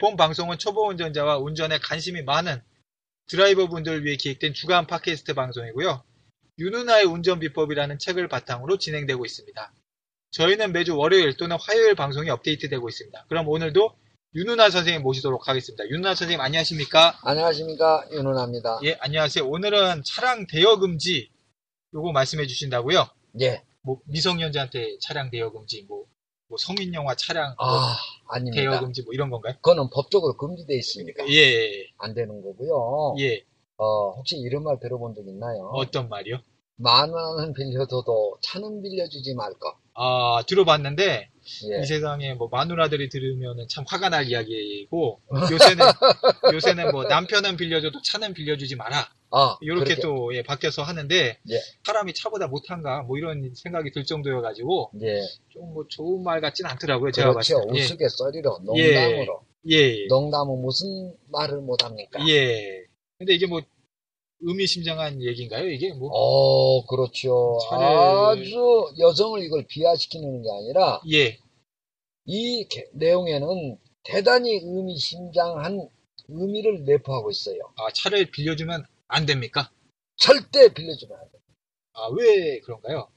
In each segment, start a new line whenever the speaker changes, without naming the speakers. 본 방송은 초보 운전자와 운전에 관심이 많은 드라이버 분들을 위해 기획된 주간 팟캐스트 방송이고요. 유누나의 운전비법이라는 책을 바탕으로 진행되고 있습니다. 저희는 매주 월요일 또는 화요일 방송이 업데이트되고 있습니다. 그럼 오늘도 유누나 선생님 모시도록 하겠습니다. 유누나 선생님 안녕하십니까?
안녕하십니까 윤은아입니다.
예, 안녕하세요. 오늘은 차량 대여 금지 요거 말씀해 주신다고요?
예.
뭐 미성년자한테 차량 대여 금지 뭐, 뭐 성인 영화 차량
아
뭐 대여
아닙니다.
금지 뭐 이런 건가요?
그거는 법적으로 금지돼 있으니까
예, 예.
안 되는 거고요.
예.
어, 혹시 이런 말 들어본 적 있나요?
어떤 말이요?
만 원은 빌려줘도 차는 빌려주지 말 거.
아, 들어봤는데
예.
이 세상에 뭐 마누라들이 들으면은 참 화가 날 이야기고 요새는 요새는 뭐 남편은 빌려줘도 차는 빌려주지 마라.
아
이렇게
그렇게.
또 예, 바뀌어서 하는데
예.
사람이 차보다 못한가 뭐 이런 생각이 들 정도여 가지고
예.
좀 뭐 좋은 말 같진 않더라고요. 제가
그렇죠.
봤을 때. 예.
우스갯소리로
예.
농담으로.
예.
농담은 무슨 말을 못합니까?
예. 근데 이게 뭐 의미심장한 얘기인가요? 이게 뭐
어 그렇죠.
차를-
아주 여성을 이걸 비하시키는 게 아니라
예.
이 개- 내용에는 대단히 의미심장한 의미를 내포하고 있어요.
아, 차를 빌려주면 안 됩니까?
절대 빌려주면 안 돼.
아, 왜 그런가요?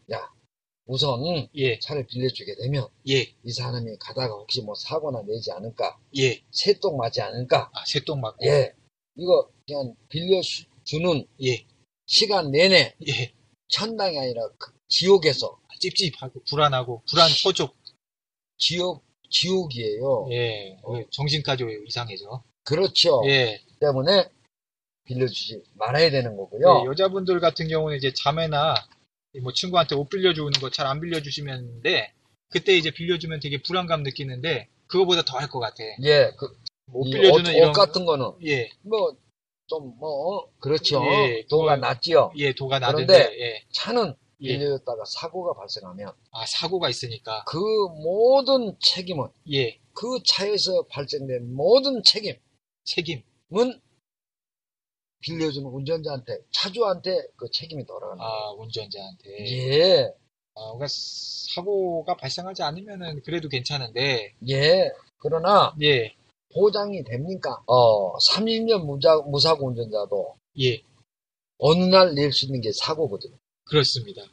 우선
예.
차를 빌려주게 되면
예.
이 사람이 가다가 혹시 뭐 사고나 내지 않을까,
예.
새똥 맞지 않을까,
아, 새똥 맞고.
예, 이거 그냥 빌려주는
예.
시간 내내
예.
천당이 아니라 그 지옥에서
아, 찝찝하고 불안하고 불안 초족.
지옥 지옥이에요.
예.
어.
왜 정신까지 이상해져.
그렇죠.
예.
때문에 빌려주지 말아야 되는
예,
거고요.
여자분들 같은 경우는 이제 자매나 뭐 친구한테 옷 빌려주는 거 잘 안 빌려주시는데 그때 이제 빌려주면 되게 불안감 느끼는데 그거보다 더 할 것 같아.
예, 그,
못
이
빌려주는
옷,
이런
옷 같은 거는
예.
뭐, 좀, 뭐, 어, 그렇죠.
예,
도가
그건-
낮지요.
예, 도가 나는데
그런데-
예.
차는
예.
빌려줬다가 사고가 발생하면
아, 사고가 있으니까.
그 모든 책임은,
예.
그 차에서 발생된 모든 책임은
책임.
빌려주는 운전자한테, 차주한테 그 책임이 돌아간다.
아, 운전자한테.
예,
아, 그러니까 사고가 발생하지 않으면은 그래도 괜찮은데.
예. 그러나
예.
보장이 됩니까? 어, 30년 무자, 무사고 운전자도
예.
어느 날 낼 수 있는 게 사고거든요.
그렇습니다.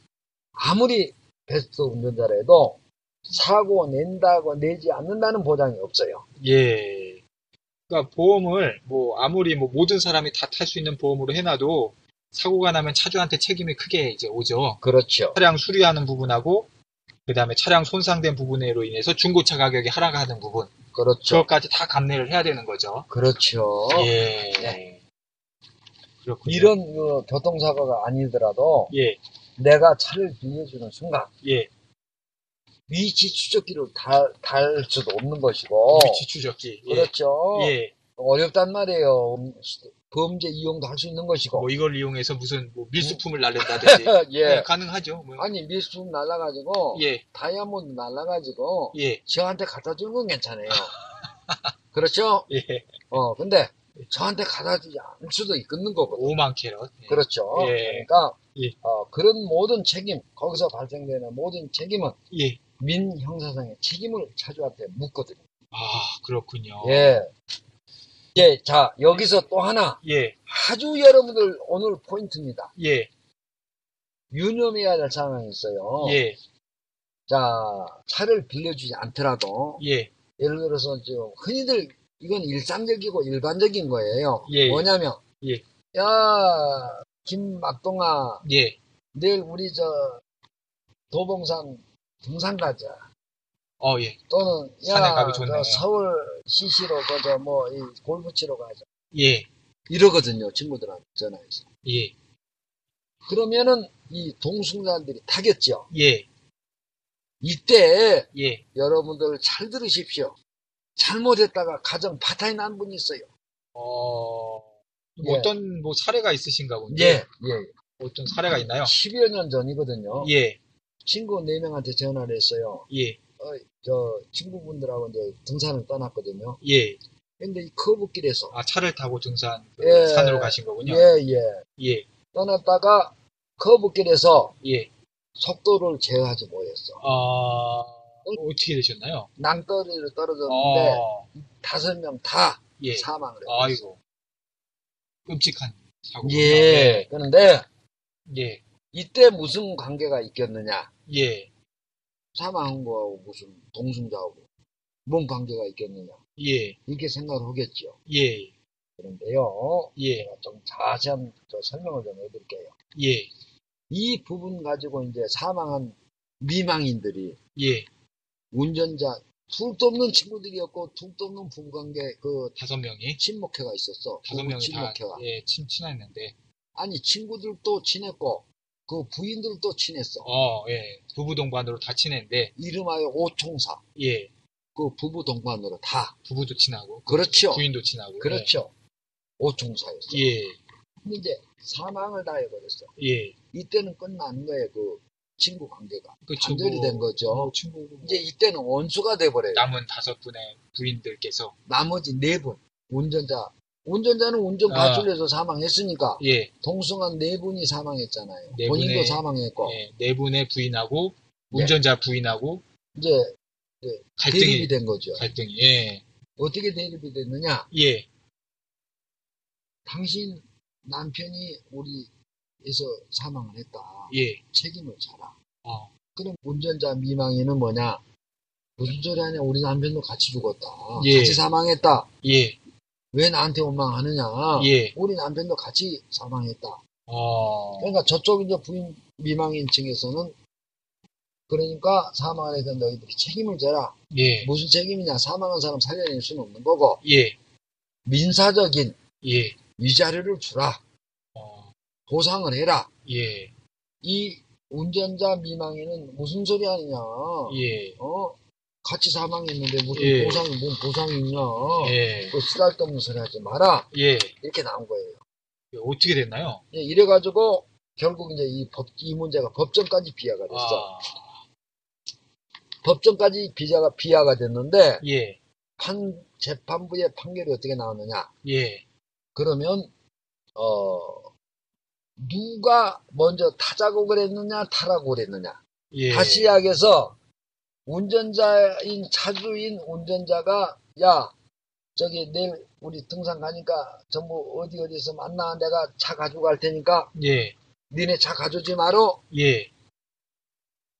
아무리 베스트 운전자라도 사고 낸다고 내지 않는다는 보장이 없어요.
예. 그러니까 보험을 뭐 아무리 뭐 모든 사람이 다 탈 수 있는 보험으로 해 놔도 사고가 나면 차주한테 책임이 크게 이제 오죠.
그렇죠.
차량 수리하는 부분하고 그다음에 차량 손상된 부분으로 인해서 중고차 가격이 하락하는 부분.
그렇죠.
저까지 다 감내를 해야 되는 거죠.
그렇죠.
예. 그렇군요.
네. 이런 그 교통사고가 아니더라도
예.
내가 차를 빌려주는 순간
예.
위치 추적기를 달, 달 수도 없는 것이고
위치 추적기. 예.
어. 그렇죠.
예.
어렵단 말이에요. 음, 범죄 이용도 할 수 있는 것이고
뭐 이걸 이용해서 무슨 뭐 밀수품을 날린다든지.
어. 예.
네, 가능하죠. 뭐.
아니 뭐. 밀수품 날라가지고
예.
다이아몬드 날라가지고
예.
저한테 갖다 주는 건 괜찮아요. 그렇죠?
예.
어, 근데 저한테 갖다 주지 않을 수도 있는 거거든요.
5만 캐럿. 예.
그렇죠.
예.
그러니까,
예.
어, 그런 모든 책임, 거기서 발생되는 모든 책임은
예.
민형사상의 책임을 차주한테 묻거든요.
아, 그렇군요.
예. 예, 자, 여기서 또 하나,
예.
아주 여러분들 오늘 포인트입니다.
예.
유념해야 될 상황이 있어요.
예.
자, 차를 빌려주지 않더라도,
예.
예를 들어서 지금 흔히들 이건 일상적이고 일반적인 거예요.
예.
뭐냐면
예.
야 김막동아
예.
내일 우리 저 도봉산 등산 가자.
어, 예.
또는 야,
산에 가기 좋네요.
저 서울 시시로 그저 뭐 이 골프 치러 가자.
예.
이러거든요. 친구들한테 전화해서.
예.
그러면은 이 동승자들이 타겠죠.
예.
이때
예.
여러분들 잘 들으십시오. 잘못했다가 가정 파탄이 난 분이 있어요.
어,
예.
어떤 뭐 사례가 있으신가 본데.
예, 예.
어떤 사례가 있나요?
10여 년 전이거든요.
예.
친구 4명한테 전화를 했어요.
예.
저 친구분들하고 이제 등산을 떠났거든요.
예.
근데 이 커브길에서
아, 차를 타고 등산 그
예.
산으로 가신 거군요.
예, 예.
예.
떠났다가 커브길에서
예.
속도를 제어하지 못했어.
아, 어떻게 되셨나요?
낭떠러지로 떨어졌는데
아,
다섯 명 다
예.
사망을 했어요.
아이고. 끔찍한 사고.
예. 그런데
예.
이때 무슨 관계가 있겠느냐?
예.
사망한 거하고 무슨 동승자하고 뭔 관계가 있겠느냐?
예.
이렇게 생각을 하겠죠.
예.
그런데요.
예.
제가 좀 자세한 저 설명을 좀 해드릴게요.
예.
이 부분 가지고 이제 사망한 미망인들이
예.
운전자 둘도 없는 친구들이었고 둘도 없는 부부관계 그
다섯 명이.
친목회가 있었어.
다섯
부부
명이 다,
친목회가.
예, 친, 친했는데.
아니 친구들도 친했고 그 부인들도 친했어.
어, 예. 부부 동반으로 다 친했는데.
이름하여 오총사
예.
그 부부 동반으로 다
부부도 친하고.
그렇죠.
부인도 친하고.
그렇죠. 오총사였어.
네. 예. 예.
근데 이제 사망을 당해버렸어.
예.
이때는 끝난 거예요. 그 친구 관계가
그
단절이 된 거죠.
어, 친구
이제 이때는 원수가 돼버려요.
남은 다섯 분의 부인들께서
나머지 네 분 운전자 운전자는 운전
아.
과실에서 사망했으니까
예,
동승한 네 분이 사망했잖아요.
네
본인도
분의-
사망했고
예, 네 분의 부인하고
어. 네.
운전자 부인하고
이제 대립이
갈등이
된 거죠.
갈등이 예.
어떻게 대립이 됐느냐?
예.
당신 남편이 우리에서 사망을 했다.
예.
책임을 져라.
어.
그럼 운전자 미망인은 뭐냐? 무슨 소리 하냐? 우리 남편도 같이 죽었다.
예.
같이 사망했다.
예.
왜 나한테 원망하느냐?
예.
우리 남편도 같이 사망했다.
어.
그러니까 저쪽 이제 부인 미망인 층에서는 그러니까 사망을 해서 너희들이 책임을 져라.
예.
무슨 책임이냐? 사망한 사람 살려낼 수는 없는 거고
예.
민사적인
예.
위자료를 주라.
어.
보상을 해라.
예.
이 운전자 미망인은 무슨 소리 하느냐?
예.
어? 같이 사망했는데 무슨
예.
보상이 뭔 보상이 있냐?
예.
그 쓰잘데없는 소리 하지 마라.
예.
이렇게 나온 거예요.
예, 어떻게 됐나요?
예, 이래가지고 결국 이제 이 법, 이 문제가 법정까지 비하가 됐어.
아.
법정까지 비자가 비하가 됐는데
예.
판 재판부의 판결이 어떻게 나왔느냐?
예.
그러면 어 누가 먼저 타자고 그랬느냐 타라고 그랬느냐?
예.
다시 이야기해서 운전자인 차주인 운전자가 야 저기 내일 우리 등산 가니까 전부 어디 어디서 만나 내가 차 가지고 갈 테니까
예.
니네 차 가져오지 마라
예.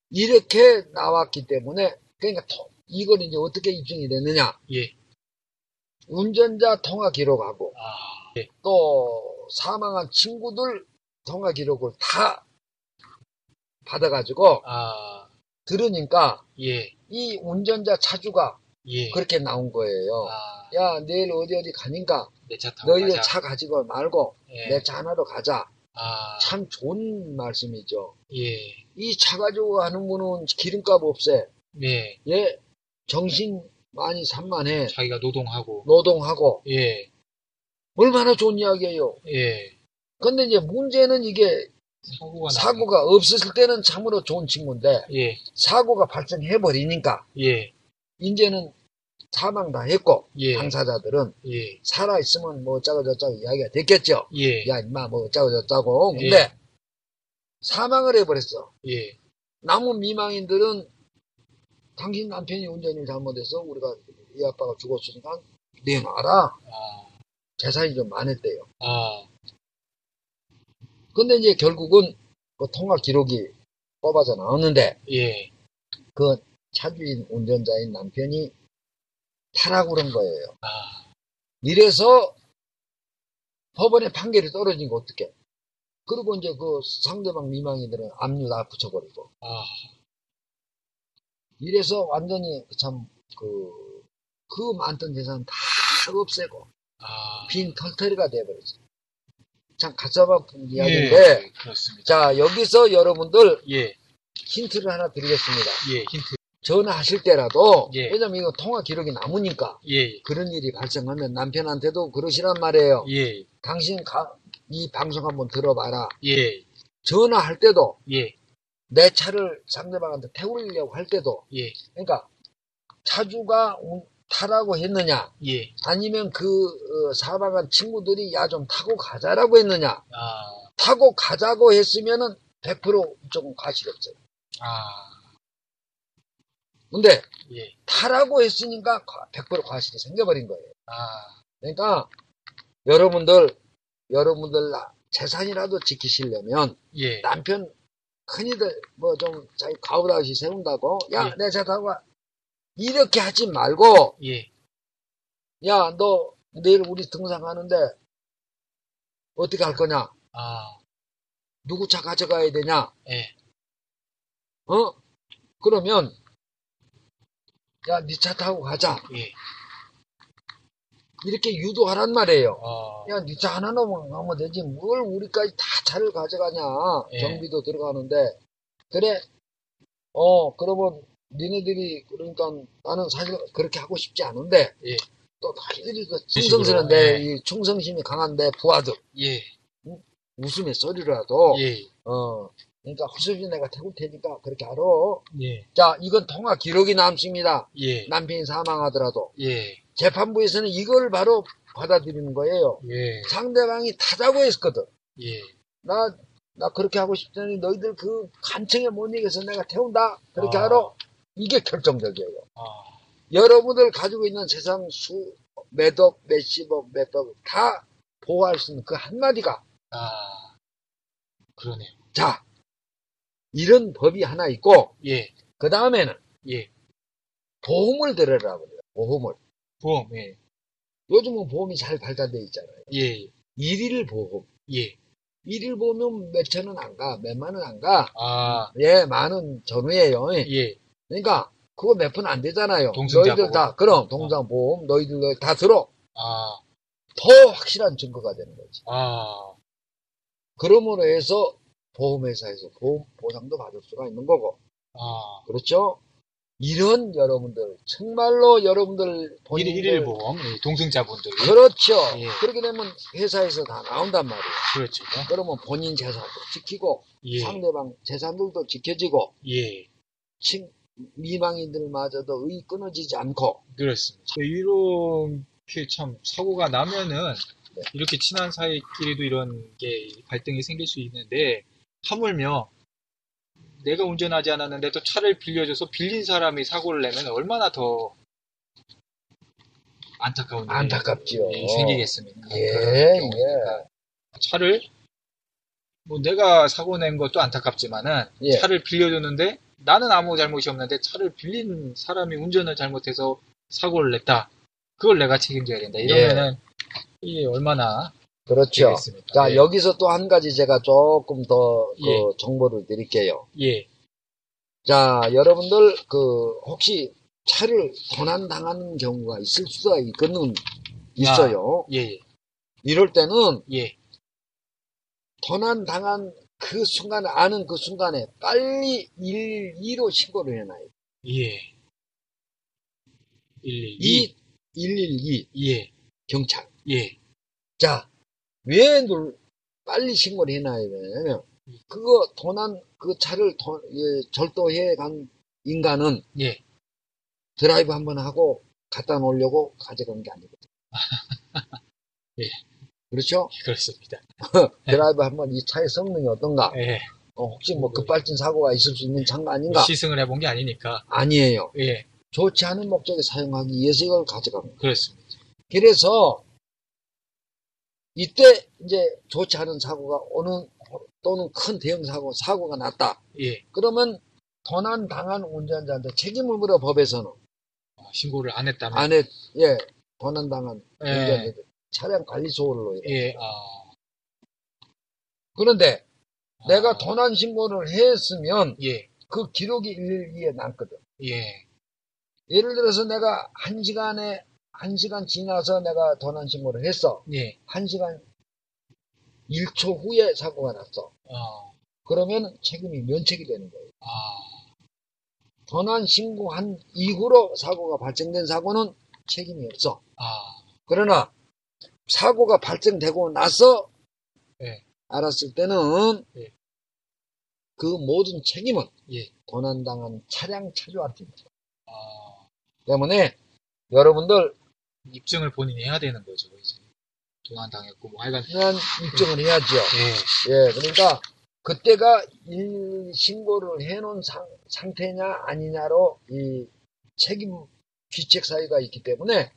이렇게 나왔기 때문에 그러니까 통- 이걸 이제 어떻게 입증이 됐느냐?
예.
운전자 통화 기록하고
아.
또 사망한 친구들 통화 기록을 다 받아가지고
아.
들으니까
예.
이 운전자 차주가
예.
그렇게 나온 거예요.
아.
야 내일 어디 어디 가니까
내 차 타고
너희들
가자.
차 가지고 말고
예.
내 차 하나로 가자.
아.
참 좋은 말씀이죠.
예.
이 차 가지고 가는 분은 기름값 없애.
예.
예 정신 많이 산만해.
자기가 노동하고
노동하고
예.
얼마나 좋은 이야기예요.
예.
근데 이제 문제는 이게
사고가 나
사고가 없었을 때는 참으로 좋은 친구인데
예.
사고가 발생해 버리니까
예.
이제는 사망 다 했고
예.
당사자들은
예.
살아 있으면 뭐 어쩌고 저쩌고 이야기가 됐겠죠.
예.
야 임마 뭐 어쩌고 저쩌고
예.
근데 사망을 해버렸어.
예.
남은 미망인들은 당신 남편이 운전을 잘못해서 우리가 이 아빠가 죽었으니까 내놔라
아.
재산이 좀 많았대요.
아.
근데 이제 결국은 그 통화 기록이 뽑아져 나오는데
예.
그 차주인 운전자인 남편이 타라고 그런 거예요.
아.
이래서 법원의 판결이 떨어진 거 어떡해. 그리고 이제 그 상대방 미망인들은 압류 다 붙여버리고.
아.
이래서 완전히 참, 그, 그 많던 재산 다 없애고,
아,
빈 털터리가 돼버렸죠. 참, 가짜바쁜 이야기인데,
예, 그렇습니다.
자, 여기서 여러분들
예,
힌트를 하나 드리겠습니다.
예, 힌트.
전화하실 때라도,
예.
왜냐면 이거 통화 기록이 남으니까,
예,
그런 일이 발생하면 남편한테도 그러시란 말이에요.
예,
당신 가- 이 방송 한번 들어봐라.
예,
전화할 때도
예,
내 차를 상대방한테 태우려고 할 때도
예,
그러니까 차주가 운- 타라고 했느냐
예.
아니면 그 어, 사방한 친구들이 야 좀 타고 가자라고 했느냐
아,
타고 가자고 했으면은 100% 조금 과실이 없어요.
아,
근데
예,
타라고 했으니까 과- 100% 과실이 생겨버린 거예요.
아,
그러니까 여러분들 여러분들 나- 재산이라도 지키시려면
예,
남편 흔히들 뭐 좀 자기 가오라시 세운다고 야
예.
내 차 타고 와. 이렇게 하지 말고
예,
야 너 내일 우리 등산하는데 어떻게 할 거냐
아,
누구 차 가져가야 되냐
예,
어 그러면 야 네 차 타고 가자
예,
이렇게 유도하란 말이에요
어,
야, 니 차 하나 넘으면 가면 되지. 뭘 우리까지 다 차를 가져가냐.
예.
정비도 들어가는데. 그래. 어, 그러면 니네들이, 그러니까 나는 사실 그렇게 하고 싶지 않은데.
예.
또 너희들이 그
식으로,
충성스러운데,
예.
이 충성심이 강한데, 부하들.
예,
웃음의 소리라도.
예,
어, 그러니까 허수지 내가 태울 테니까 그렇게 알아.
예,
자, 이건 통화 기록이 남습니다.
예,
남편이 사망하더라도.
예,
재판부에서는 이걸 바로 받아들이는 거예요.
예,
상대방이 타자고 했거든.
예,
나, 나 그렇게 하고 싶더니 너희들 그 간청에 못 이겨서 내가 태운다. 그렇게
아.
하러. 이게 결정적이에요.
아,
여러분들 가지고 있는 세상 수, 몇억, 몇십억, 몇백억 다 보호할 수 있는 그 한마디가,
아, 그러네요.
자, 이런 법이 하나 있고,
예,
그 다음에는,
예.
보험을 들으라고 그래요. 보험을.
보험, 예,
요즘은 보험이 잘 발달되어 있잖아요.
예,
일일 보험.
예,
일일 보험은 몇천 원 안 가, 몇만 원 안 가.
아,
예, 만원 전후예요.
예,
그러니까 그거 몇 푼 안 되잖아요.
동승자 어.
너희들
보험.
다 그럼 동상 보험 너희들 너희 다 들어
아,
더 확실한 증거가 되는 거지.
아,
그러므로 해서 보험회사에서 보험 보상도 받을 수가 있는 거고
아,
그렇죠? 이런 여러분들 정말로 여러분들
일
본인들
일일 보험, 예, 동승자분들,
그렇죠.
예.
그렇게 되면 회사에서 다 나온단 말이에요.
그렇죠.
그러면 본인 재산도 지키고
예,
상대방 재산들도 지켜지고
예,
친- 미망인들마저도 의 끊어지지 않고
그렇습니다. 네, 이렇게 참 사고가 나면은
네.
이렇게 친한 사이끼리도 이런 게 갈등이 생길 수 있는데 하물며 내가 운전하지 않았는데 또 차를 빌려줘서 빌린 사람이 사고를 내면 얼마나 더 안타까운 일이
안타깝지요.
생기겠습니까?
예,
그런 경우에.
예.
차를 뭐 내가 사고 낸 것도 안타깝지만은
예.
차를 빌려줬는데 나는 아무 잘못이 없는데 차를 빌린 사람이 운전을 잘못해서 사고를 냈다. 그걸 내가 책임져야 된다. 이러면은 이게 얼마나
예. 그렇죠.
되겠습니까?
자,
예.
여기서 또 한 가지 제가 조금 더, 그
예.
정보를 드릴게요.
예.
자, 여러분들, 그, 혹시 차를 도난당하는 경우가 있을 수가 있거든, 있어요.
예. 예.
이럴 때는
예.
도난당한 그 순간에, 아는 그 순간에 빨리 112로 신고를 해놔요.
예. 112.
이, 112,
예.
경찰.
예.
자, 왜 눌, 빨리 신고를 해놔야 되냐면, 그거 도난, 그 차를 도- 예, 절도해 간 인간은
예.
드라이브 한 번 하고 갖다 놓으려고 가져간 게 아니거든.
예.
그렇죠?
그렇습니다.
드라이브 한 번 이 차의 성능이 어떤가?
예.
어, 혹시 뭐 급발진 사고가 있을 수 있는 차가 아닌가?
시승을 해본 게 아니니까.
아니에요.
예.
좋지 않은 목적에 사용하기 위해서 이걸 가져간 거예요.
그렇습니다.
그래서 이때 이제 좋지 않은 사고가 오는 또는 큰 대형 사고 사고가 났다.
예.
그러면 도난 당한 운전자한테 책임을 물어 법에서는
아, 신고를 안 했다면.
안에 예 도난 당한
예.
운전자들 차량 관리소홀로 인해.
예. 아.
그런데 내가
아.
도난 신고를 했으면
예.
그 기록이 112에 남거든.
예.
예를 들어서 내가 한 시간에 한 시간 지나서 내가 도난 신고를 했어.
예.
한 시간 1초 후에 사고가 났어.
어.
그러면 책임이 면책이 되는 거예요.
아.
도난 신고한 이후로 사고가 발생된 사고는 책임이 없어.
아.
그러나 사고가 발생되고 나서
예.
알았을 때는
예.
그 모든 책임은
예.
도난당한 차량 차주한테입니다.
아.
때문에 여러분들
입증을 본인이 해야 되는 거죠, 이제. 도난 당했고 뭐 하여간
그냥 입증을 해야지요.
예.
예, 그러니까 그때가 일 신고를 해놓은 상, 상태냐 아니냐로 이 책임 귀책 사유가 있기 때문에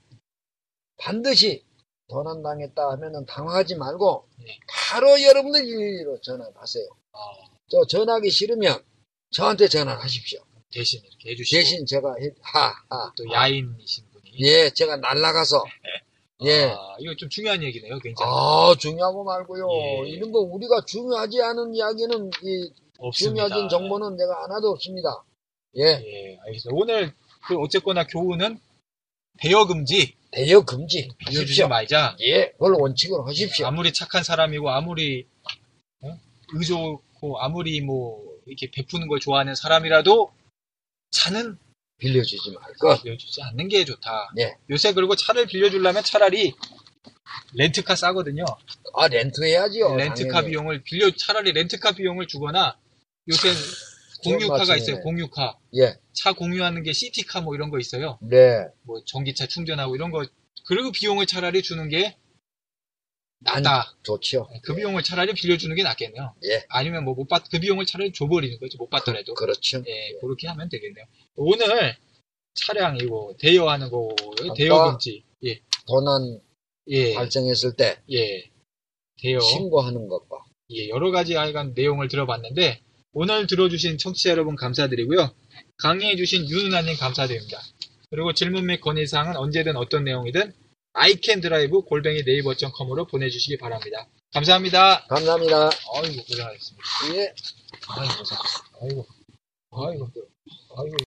반드시 도난당했다 하면은 당황하지 말고
네.
바로 여러분들 112로 전화하세요.
아.
저 전화하기 싫으면 저한테 전화하십시오.
대신 이렇게 해 주시고
대신 제가 해- 하하
또 야인이신 분이
예 제가 날라가서 예
아, 이거 좀 중요한 얘기네요, 굉장히.
아, 중요하고 말고요.
예.
이런 거 우리가 중요하지 않은 이야기는 이
없습니다.
중요한 정보는 내가 하나도 없습니다. 예,
예, 알겠습니다. 오늘 그 어쨌거나 교훈은 배여 금지,
대여 금지
빌려주지
하십시오.
말자.
예, 그걸 원칙으로 하십시오.
아무리 착한 사람이고 아무리 어? 의좋고 아무리 뭐 이렇게 베푸는 걸 좋아하는 사람이라도 차는
빌려주지 말 것.
빌려주지 않는 게 좋다.
예.
요새 그리고 차를 빌려주려면 차라리 렌트카 싸거든요.
아, 렌트해야지요.
예, 렌트카
당연히.
비용을 빌려 차라리 렌트카 비용을 주거나 요새 공유카가
말씀이네.
있어요. 공유카.
예,
차 공유하는 게 시티카 뭐 이런 거 있어요.
네.
뭐 전기차 충전하고 이런 거 그리고 비용을 차라리 주는 게
안
낫다.
좋지요.
그 비용을 차라리 빌려주는 게 낫겠네요.
예.
아니면 뭐 못 받, 그 비용을 차라리 줘버리는 거지 못 받더라도.
그렇죠.
예, 그렇게 하면 되겠네요. 오늘 차량 이거 대여하는 거
아까-
대여 금지. 예,
도난
예,
발생했을 때
예. 대여.
신고하는 것과
예, 여러 가지 하여간 내용을 들어봤는데 오늘 들어주신 청취자 여러분 감사드리고요. 강의해주신 윤은아님 감사드립니다. 그리고 질문 및 건의사항은 언제든 어떤 내용이든 아이캔드라이브 골뱅이 네이버.com으로 보내주시기 바랍니다. 감사합니다.
감사합니다.
아이고 고생하셨습니다.
예.
아이고 고생하셨습니다. 아이고 아이고 아이고